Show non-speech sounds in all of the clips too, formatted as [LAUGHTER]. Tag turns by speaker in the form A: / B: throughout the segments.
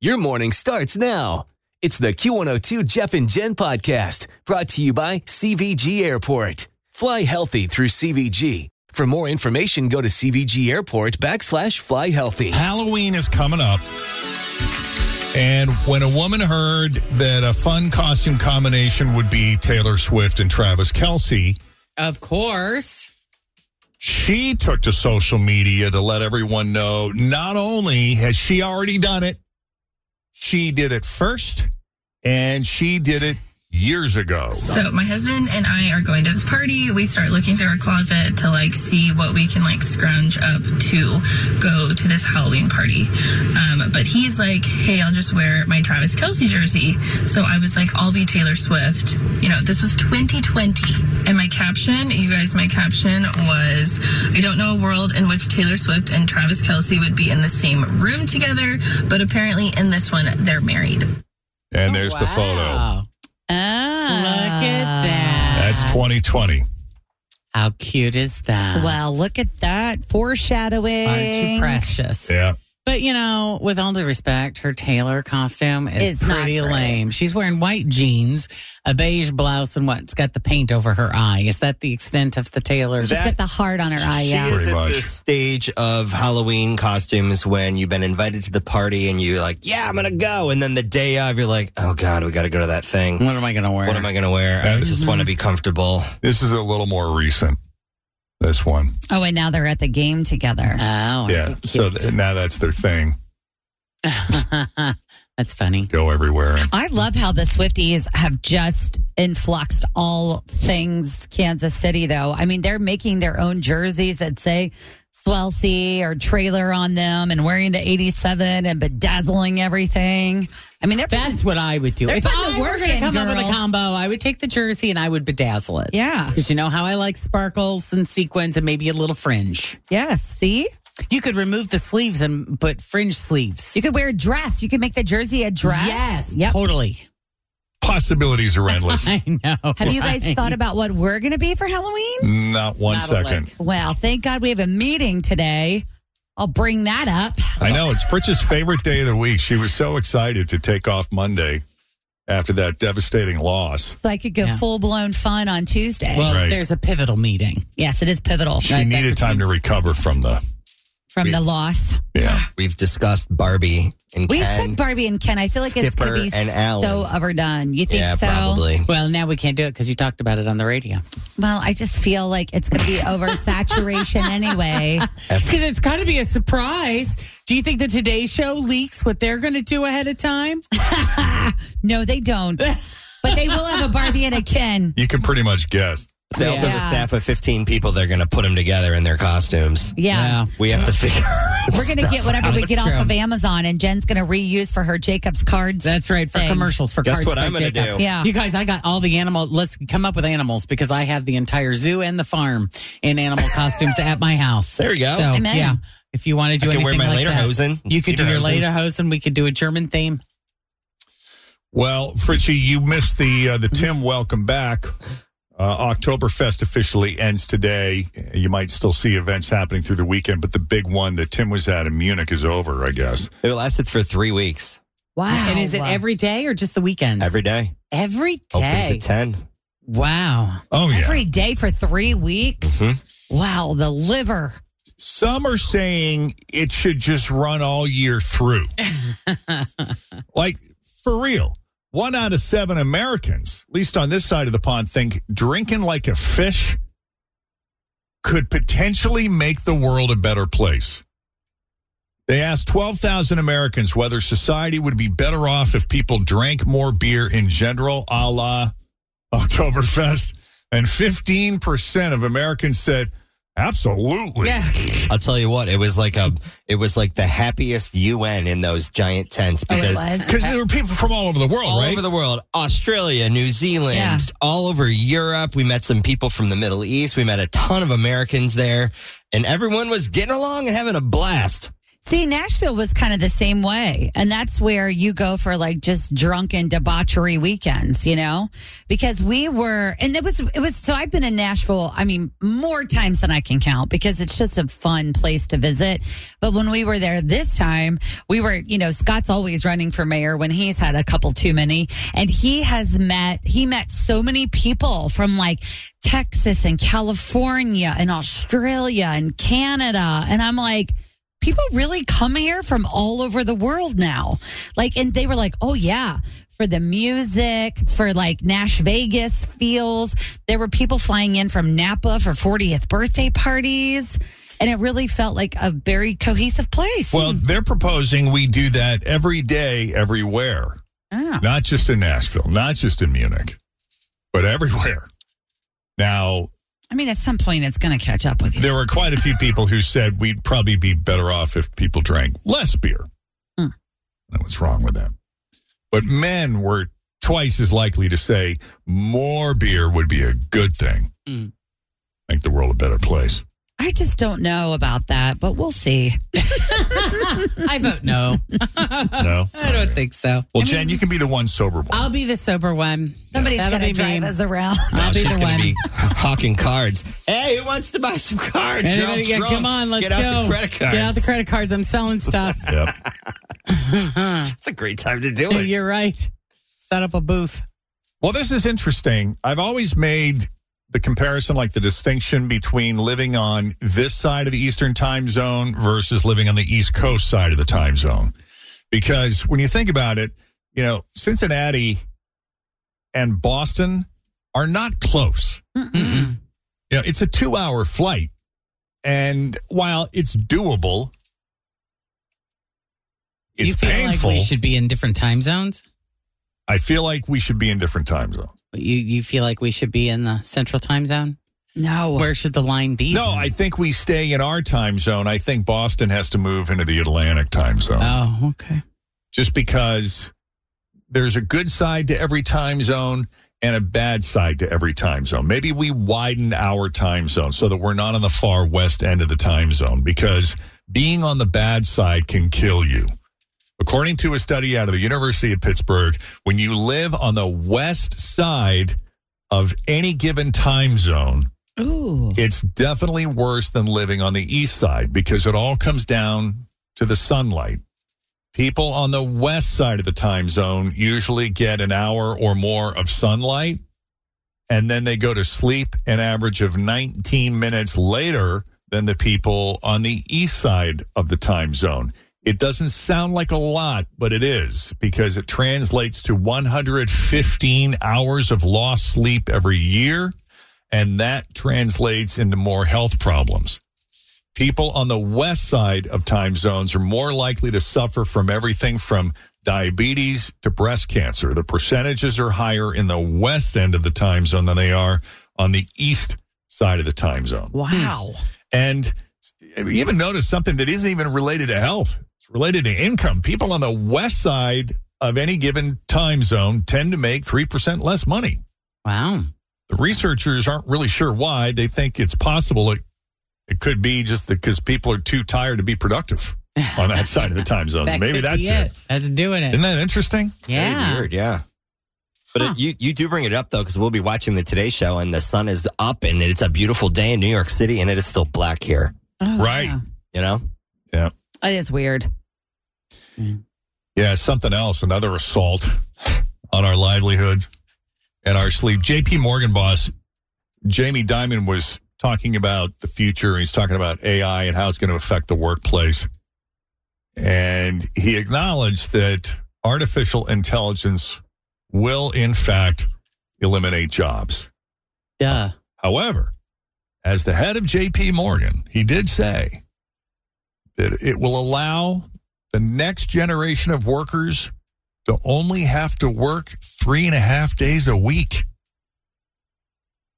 A: Your morning starts now. It's the Q102 Jeff and Jen podcast brought to you by CVG Airport. Fly healthy through CVG. For more information, go to CVG Airport backslash fly healthy.
B: Halloween is coming up. And when a woman heard that a fun costume combination would be Taylor Swift and Travis Kelsey,
C: Of course.
B: she took to social media to let everyone know not only has she already done it, she did it first and she did it years ago.
D: So my husband and I are going to this party. We start looking through our closet to like see what we can like scrounge up to go to this Halloween party. Um, but he's like, "Hey, I'll just wear my Travis Kelsey jersey." So I was like, "I'll be Taylor Swift." You know, this was 2020, and my caption, you guys, my caption was, "I don't know a world in which Taylor Swift and Travis Kelsey would be in the same room together, but apparently in this one they're married."
B: And there's the photo.
C: Oh.
E: Ah,
C: Look at that.
B: That's 2020.
C: How cute is that?
E: Well, look at that foreshadowing.
C: aren't you precious?
B: Yeah.
C: But you know, with all due respect, her Taylor costume is
E: It's not
C: pretty
E: great.
C: lame. She's wearing white jeans, a beige blouse, and what's got the paint over her eye. Is that the extent of the Taylor?
E: She's got the heart on her eye.
F: She
E: Yeah.
F: is
B: Pretty
F: at
B: much.
F: the stage of Halloween costumes when you've been invited to the party and you're like, yeah, I'm going to go. And then the day of, you're like, oh God, we got to go to that thing.
C: what am I going to wear?
F: What am I going to wear? I
B: That-
F: just
E: Mm-hmm.
F: want to be comfortable.
B: This is a little more recent. This one.
E: Oh, and now they're at the game together.
C: Oh,
B: yeah. So th- now that's their thing.
C: [LAUGHS] that's funny.
B: Go everywhere.
E: I love how the Swifties have just influxed all things Kansas City, though. I mean, they're making their own jerseys that say Swelsey or trailer on them and wearing the 87 and bedazzling everything. I mean, they're.
C: That's what I would do.
E: They're
C: if
E: putting
C: I
E: the
C: were
E: work
C: going to
E: in,
C: come up with a
E: girl.
C: combo, I would take the jersey and I would bedazzle it.
E: Yeah.
C: Because you know how I like sparkles and sequins and maybe a little fringe.
E: Yes. See?
C: You could remove the sleeves and put fringe sleeves.
E: You could wear a dress. You could make the jersey a dress.
C: Yes,
E: Yep.
C: totally.
B: Possibilities
C: [LAUGHS]
B: are endless.
C: I know.
E: Have you guys
C: right?
E: thought about what we're going to be for Halloween?
B: Not one
C: Not a
B: second.
C: lick.
E: Well, thank God we have a meeting today. I'll bring that up.
B: I know it's Fritz's favorite day of the week. She was so excited to take off Monday after that devastating loss.
E: So I could go
C: Yeah.
E: full blown fun on Tuesday.
C: Well,
B: Right.
C: there's a pivotal meeting.
E: yes, it is pivotal
B: She
C: Right, that
B: needed time to
C: was-
B: recover from the
E: from the loss.
B: yeah.
F: We've discussed Barbie and
E: We've
F: Ken.
E: said Barbie and Ken. I feel like it's going
F: Skipper
E: to be
F: and Alan.
E: so overdone. You think
F: yeah,
E: so?
F: probably.
C: Well, now we can't do it because you talked about it on the radio.
E: Well, I just feel like it's going to be [LAUGHS] oversaturation anyway.
C: Because it's got to be a surprise. Do you think the Today Show leaks what they're going to do ahead of time?
E: No, they don't. [LAUGHS] But they will have a Barbie and a Ken.
B: You can pretty much guess.
F: They also have a
E: Yeah.
F: staff of 15 people. They're going to put them together in their costumes.
E: Yeah.
F: We have to figure.
E: We're going to get whatever we
C: That's
E: get
C: true.
E: off of Amazon, and Jen's going to reuse for her Jacob's cards.
C: That's right for
E: Thing.
C: commercials for
F: Guess
C: cards.
F: what
C: by
F: I'm gonna
C: Jacob.
F: do?
E: Yeah.
C: you guys, I got all the animal. Let's come up with animals because I have the entire zoo and the farm in
E: [LAUGHS]
C: animal costumes at my house.
F: There we go.
C: So
E: Amen.
C: yeah, if you want to do
F: I can
C: anything
F: wear my
C: like that,
F: lederhosen,
C: you could do your
F: lederhosen.
C: lederhosen. We could do a German theme.
B: Well, Fritchie, you missed the uh, the Tim
C: Mm-hmm.
B: welcome back. Uh, Oktoberfest officially ends today. You might still see events happening through the weekend, but the big one that Tim was at in Munich is over, I guess.
F: [LAUGHS] It lasted for three weeks.
E: wow.
C: And is it every day or just the weekends?
F: Every day.
C: every
F: Opens
C: day.
F: at 10.
C: wow.
B: Oh yeah, Mm-hmm.
E: every day for three weeks? Wow, the liver.
B: Some are saying it should just run all year through. like, for real. One out of seven Americans, at least on this side of the pond, think drinking like a fish could potentially make the world a better place. They asked 12,000 Americans whether society would be better off if people drank more beer in general, a la Oktoberfest. And 15% of Americans said, absolutely.
C: Yeah.
F: I'll tell you what, it was like a, it was like the happiest UN in those giant tents
E: Oh, it
F: because
E: was.
B: Because there were people from all over the world,
F: all
B: right?
F: over the world australia new zealand
E: Yeah.
F: all over europe we met some people from the middle east we met a ton of americans there and everyone was getting along and having a blast
E: See, Nashville was kind of the same way. And that's where you go for like just drunken debauchery weekends, you know? Because we were, and it was, it was, so I've been in Nashville, I mean, more times than I can count because it's just a fun place to visit. But when we were there this time, we were, you know, Scott's always running for mayor when he's had a couple too many. And he has met, he met so many people from like Texas and California and Australia and Canada. And I'm like, people really come here from all over the world now. Like, and they were like, oh, yeah, for the music, for like Nash Vegas feels. There were people flying in from Napa for 40th birthday parties. And it really felt like a very cohesive place.
B: Well, they're proposing we do that every day, everywhere.
E: Oh.
B: Not just in Nashville, not just in Munich, but everywhere. Now,
E: I mean, at some point, it's going to catch up with you.
B: there were quite a few people who said we'd probably be better off if people drank less beer.
E: Hmm.
B: And what's wrong with that? But men were twice as likely to say more beer would be a good thing.
C: Hmm.
B: Make the world a better place.
E: I just don't know about that, but we'll see.
C: [LAUGHS] I vote
E: [LAUGHS]
C: no.
B: No.
C: I don't think so.
B: Well, Jen, you can be the one sober one.
C: I'll be the sober one.
E: Somebody's
C: That'll
E: going to
C: be me.
E: drive us around.
F: Now
C: I'll be
F: she's
C: the
F: gonna
C: one.
F: be hawking cards hey who wants to buy some cards You're all
C: Anybody get-
F: drunk.
C: come on, let's
F: get out
C: go.
F: the credit cards
C: Get out the credit cards. I'm selling
F: [LAUGHS]
C: stuff.
B: yep.
F: it's a great time to do it
C: You're right. Set up a booth.
B: Well, this is interesting. I've always made the comparison, like the distinction between living on this side of the Eastern time zone versus living on the East Coast side of the time zone. Because when you think about it, you know, Cincinnati and Boston are not close.
C: Mm-mm.
B: You know, it's a two hour flight. And while it's doable, it's
C: you feel
B: painful.
C: like we should be in different time zones?
B: I feel like we should be in different time zones.
C: You you feel like we should be in the central time zone?
E: No.
C: Where should the line be?
B: No, I think we stay in our time zone. I think Boston has to move into the Atlantic time zone
C: Oh, okay.
B: just because there's a good side to every time zone and a bad side to every time zone. Maybe we widen our time zone so that we're not on the far west end of the time zone because being on the bad side can kill you. According to a study out of the University of Pittsburgh, when you live on the west side of any given time zone,
C: Ooh.
B: it's definitely worse than living on the east side because it all comes down to the sunlight. People on the west side of the time zone usually get an hour or more of sunlight and then they go to sleep an average of 19 minutes later than the people on the east side of the time zone. It doesn't sound like a lot, but it is because it translates to 115 hours of lost sleep every year and that translates into more health problems. People on the west side of time zones are more likely to suffer from everything from diabetes to breast cancer. The percentages are higher in the west end of the time zone than they are on the east side of the time zone.
C: Wow.
B: And you even notice something that isn't even related to health. It's related to income. People on the west side of any given time zone tend to make 3% less money.
C: Wow.
B: The researchers aren't really sure why. They think it's possible it, it could be just because people are too tired to be
C: [LAUGHS]
B: productive on that side of the time zone.
C: That
B: Maybe
C: could
B: that's
C: be
B: it.
C: That's doing it.
B: Isn't that interesting?
F: Very
C: [LAUGHS] yeah.
F: weird yeah but it, you you do bring it up though because we'll be watching the Today Show and the sun is up and it's a beautiful day in New York City and it is still black here.
E: Oh,
B: Right.
E: yeah.
F: You know,
E: That is weird.
B: Yeah, something else, another assault on our livelihoods and our sleep. JP Morgan boss, Jamie Dimon was talking about the future. He's talking about AI and how it's going to affect the workplace. And he acknowledged that artificial intelligence will, in fact, eliminate jobs.
C: Duh.
B: However, as the head of JP Morgan, he did say that it will allow the next generation of workers to only have to work three and a half days a week.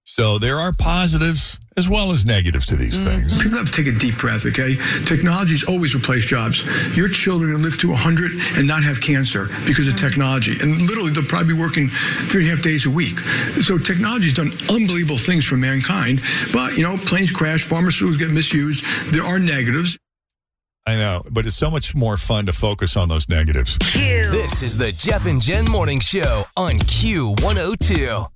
B: So there are positives as well as negatives to these things.
F: People have to take a deep breath, okay? Technology's always replaced jobs. Your children will live to 100 and not have cancer because of technology. And literally, they'll probably be working three and a half days a week. So technology's done unbelievable things for mankind. But, you know, planes crash, pharmaceuticals get misused. There are negatives.
B: I know, but it's so much more fun to focus on those negatives.
A: This is the Jeff and Jen Morning Show on Q102.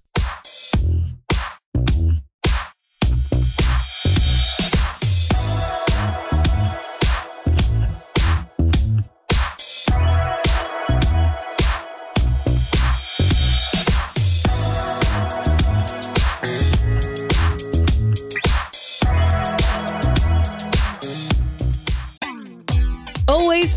G: Always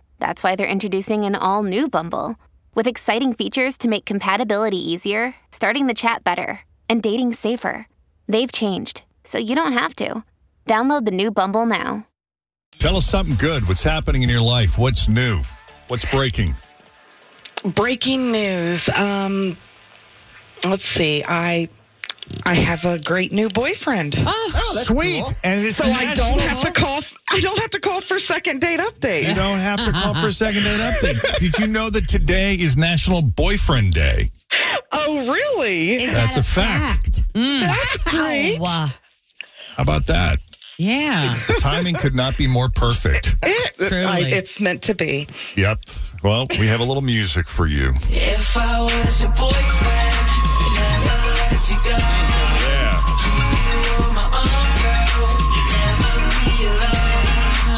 E: that's why they're introducing an all new Bumble with exciting features to make compatibility easier, starting the chat better, and dating safer. They've changed, so you don't have to. Download the new Bumble now.
B: Tell us something good. What's happening in your life? What's new? What's breaking?
D: Breaking news. Um, let's see. I I have a great new boyfriend.
B: Ah, Sweet. Oh, And it's
D: so I don't have to
B: national.
D: call. I don't have to call for second date update.
B: You don't have to call for a second date update. Did you know that today is National Boyfriend Day?
D: Oh, really?
H: Is
B: That's
H: that
B: a fact.
H: Mm. Wow.
B: How about that?
C: Yeah.
B: The timing could not be more perfect.
D: It, I,
C: Truly.
D: it's meant to be.
B: Yep. Well, we have a little music for you.
I: If I was your boyfriend, I'd never let you go.
B: Yeah.
I: You were my own girl. You never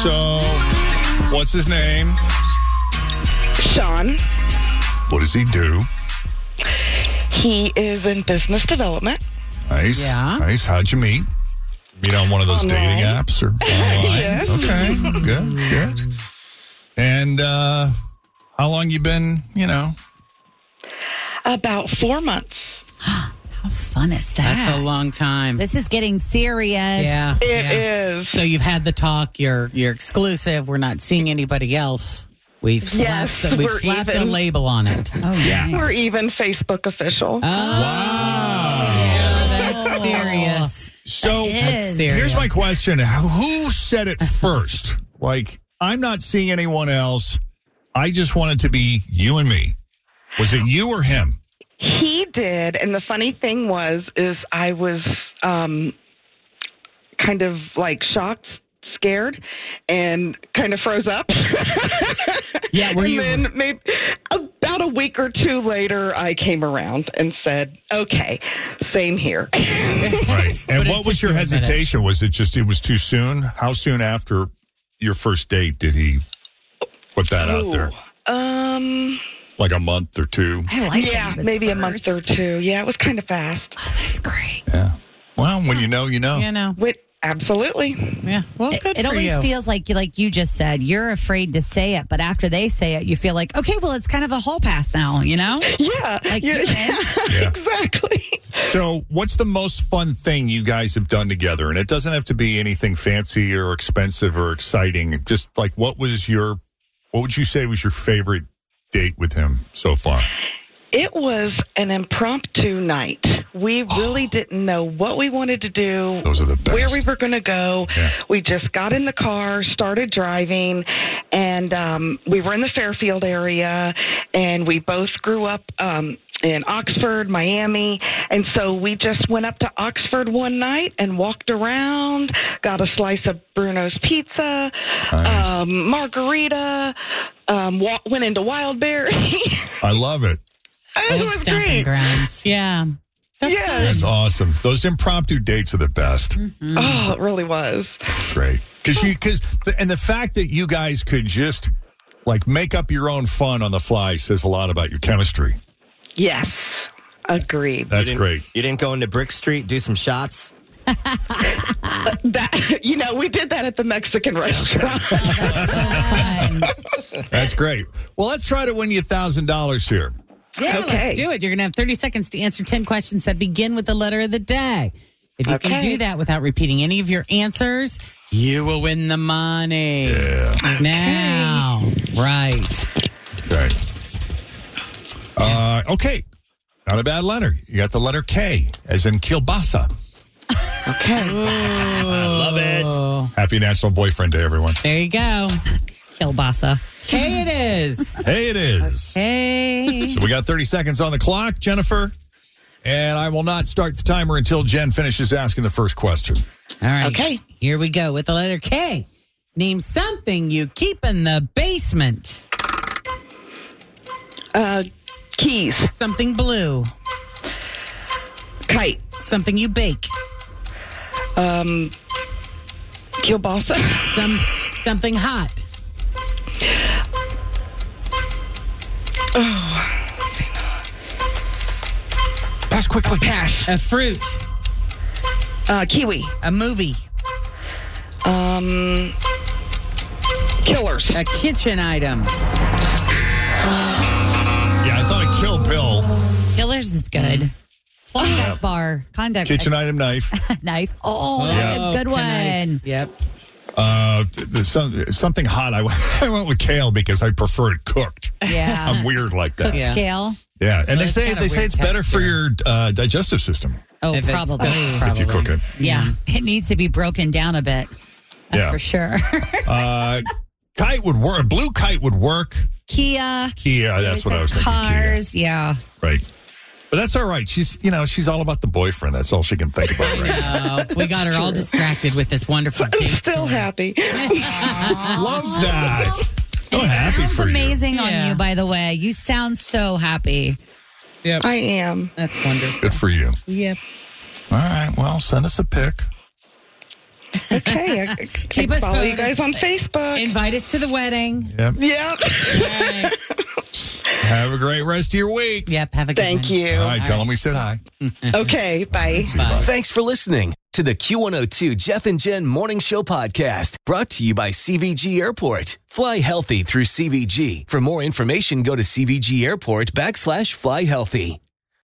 I: realized.
B: So, what's his name?
D: Sean,
B: What does he do?
D: he is in business development.
B: Nice.
C: Yeah.
B: Nice. How'd you meet? Meet on one of those
D: Online.
B: dating apps
D: [LAUGHS]
B: or online?
D: Yeah.
B: Okay. Good. Good. And uh, how long you been? You know.
D: About four months.
H: How fun is that?
C: That's a long time.
H: this is getting serious.
C: yeah.
D: It
C: yeah.
D: is.
C: So you've had the talk. You're you're exclusive. We're not seeing anybody else. We've
D: Yes,
C: slapped the, we've
D: we're
C: slapped a
D: even.
C: label on it. Oh,
H: Oh, yeah.
D: We're even Facebook official.
C: wow. Oh, That's
D: [LAUGHS]
C: serious.
B: So
C: That's serious.
B: here's my question: Who said it
C: [LAUGHS]
B: first? like, I'm not seeing anyone else. I just want it to be you and me. Was it you or
C: [LAUGHS]
B: him?
D: He did, and the funny thing was, is I was um, kind of like shocked, scared, and kind of froze up.
C: Yeah, were
D: and
C: you-
D: Then maybe about a week or two later, I came around and said, "Okay, same here."
B: Right. And
C: But it
B: what
C: took
B: was your
C: you a minute.
B: hesitation? Was it just it was too soon? How soon after your first date did he put that out there?
D: Ooh, Um,
B: Like a month or two?
H: I like that
D: yeah,
H: he was
D: maybe a
H: first.
D: month or two. Yeah, it was kind of fast.
H: That's great.
B: Well, when you know, you know.
C: You know.
D: Wait, absolutely.
C: Yeah. Well,
H: It,
C: Oh, good
H: it
C: for
H: always
C: you.
H: feels like you, like you just said, you're afraid to say it, but after they say it, you feel like, okay, well, it's kind of a hall pass now, you know?
D: Yeah,
H: Like,
D: yeah,
H: you're in.
D: [LAUGHS]
B: Yeah.
D: exactly.
B: So, what's the most fun thing you guys have done together? And it doesn't have to be anything fancy or expensive or exciting. Just like, what was your, what would you say was your favorite date with him so far?
D: It was an impromptu night. We really didn't know what we wanted to do,
B: Those are the best.
D: where we were going to go.
B: Yeah.
D: We just got in the car, started driving, and um, we were in the Fairfield area, and we both grew up. Um,
J: in Oxford, Miami. And so we just went up to Oxford one night and walked around, got a slice of Bruno's pizza, um, margarita, um, wa- went into Wild [LAUGHS] Bear.
B: I love it.
J: It
C: Old
J: was
C: stomping
J: great.
C: grounds. Yeah. That's
J: Yeah.
C: fun.
B: That's awesome. Those impromptu dates are the best.
D: Mm.
J: Oh, it really was.
B: That's great. Because you, because, and the fact that you guys could just like make up your own fun on the fly says a lot about your chemistry.
J: Yes. Agreed.
B: That's
F: didn't-
B: great.
F: You didn't go into Brick Street, do some shots?
J: That [LAUGHS] you know, we did that at the Mexican restaurant. [LAUGHS]
B: That's great. Well, let's try to win you $1,000 here.
C: Yeah,
J: Okay.
C: let's do it. You're going to have 30 seconds to answer 10 questions that begin with the letter of the day. If you can
J: Okay.
C: do that without repeating any of your answers, you will win the money. Now, right.
B: Okay. Uh, okay. Not a bad letter. You got the letter K, as in kielbasa.
C: [LAUGHS] I
F: love
C: it.
B: Happy National Boyfriend Day, everyone.
C: There you go.
E: Kielbasa.
C: Hey, it [LAUGHS] is.
B: Hey, it is.
C: Hey.
B: So we got 30 seconds on the clock, Jennifer. And I will not start the timer until Jen finishes asking the first question.
C: All right.
J: okay.
C: Here we go with the letter K. Name something you keep in the basement.
J: Uh, keys,
C: Something blue.
J: kite,
C: Something you bake.
J: um, kielbasa,
C: Some something hot.
B: Pass quickly.
J: pass,
C: A fruit.
J: uh, kiwi,
C: A movie.
J: um, killers,
C: A kitchen item.
B: Yeah, I thought a Kill Bill
E: Killers is good. Klondike bar. Klondike
B: kitchen item knife.
E: knife. [LAUGHS] Oh, that's
C: Oh,
E: a good
C: can I-
E: one.
C: Yep.
B: Uh, th- th- some, something hot. I [LAUGHS] went, I went with kale because I prefer it cooked.
E: Uh-huh. Yeah.
B: I'm weird like that.
E: Cooked
C: [LAUGHS] Yeah.
E: kale.
B: Yeah, and they
C: it's
B: say
C: got a
B: they say
C: weird
B: it's better for
C: texture.
B: your uh, digestive system
E: Oh,
C: If it's
E: probably.
C: cooked, Mm.
B: if you cook it.
E: Yeah. It needs to be broken down a bit. That's
B: Yeah.
E: for sure. [LAUGHS]
B: Uh, kite would work. A blue kite would work.
E: Kia.
B: Kia, that's what I was thinking. Kia.
E: Cars. Yeah.
B: Right. But that's all right. She's you know she's all about the boyfriend. That's all she can think about right now.
C: Oh, we got her all distracted with this wonderful date
J: still
C: story.
J: happy.
B: Love that. So happy
E: Sounds
B: for you.
E: amazing on
C: Yeah.
E: you, by the way. You sound so happy.
C: Yep.
J: I am.
C: That's wonderful.
B: Good for you.
C: Yep.
B: All right. Well, send us a pic.
J: Okay, I, I
C: Keep us
J: follow you
C: posted.
J: guys on Facebook.
C: Invite us to the wedding.
B: Yep.
J: yeah.
C: Right.
B: Have a great rest of your week.
C: yep. Have a good
J: Thank
C: one.
J: you.
B: All right. Tell them we said hi.
J: Okay, bye.
A: Thanks for listening to the Q102 Jeff and Jen Morning Show Podcast, brought to you by CVG Airport. Fly healthy through CVG. For more information, go to CVG Airport backslash fly healthy.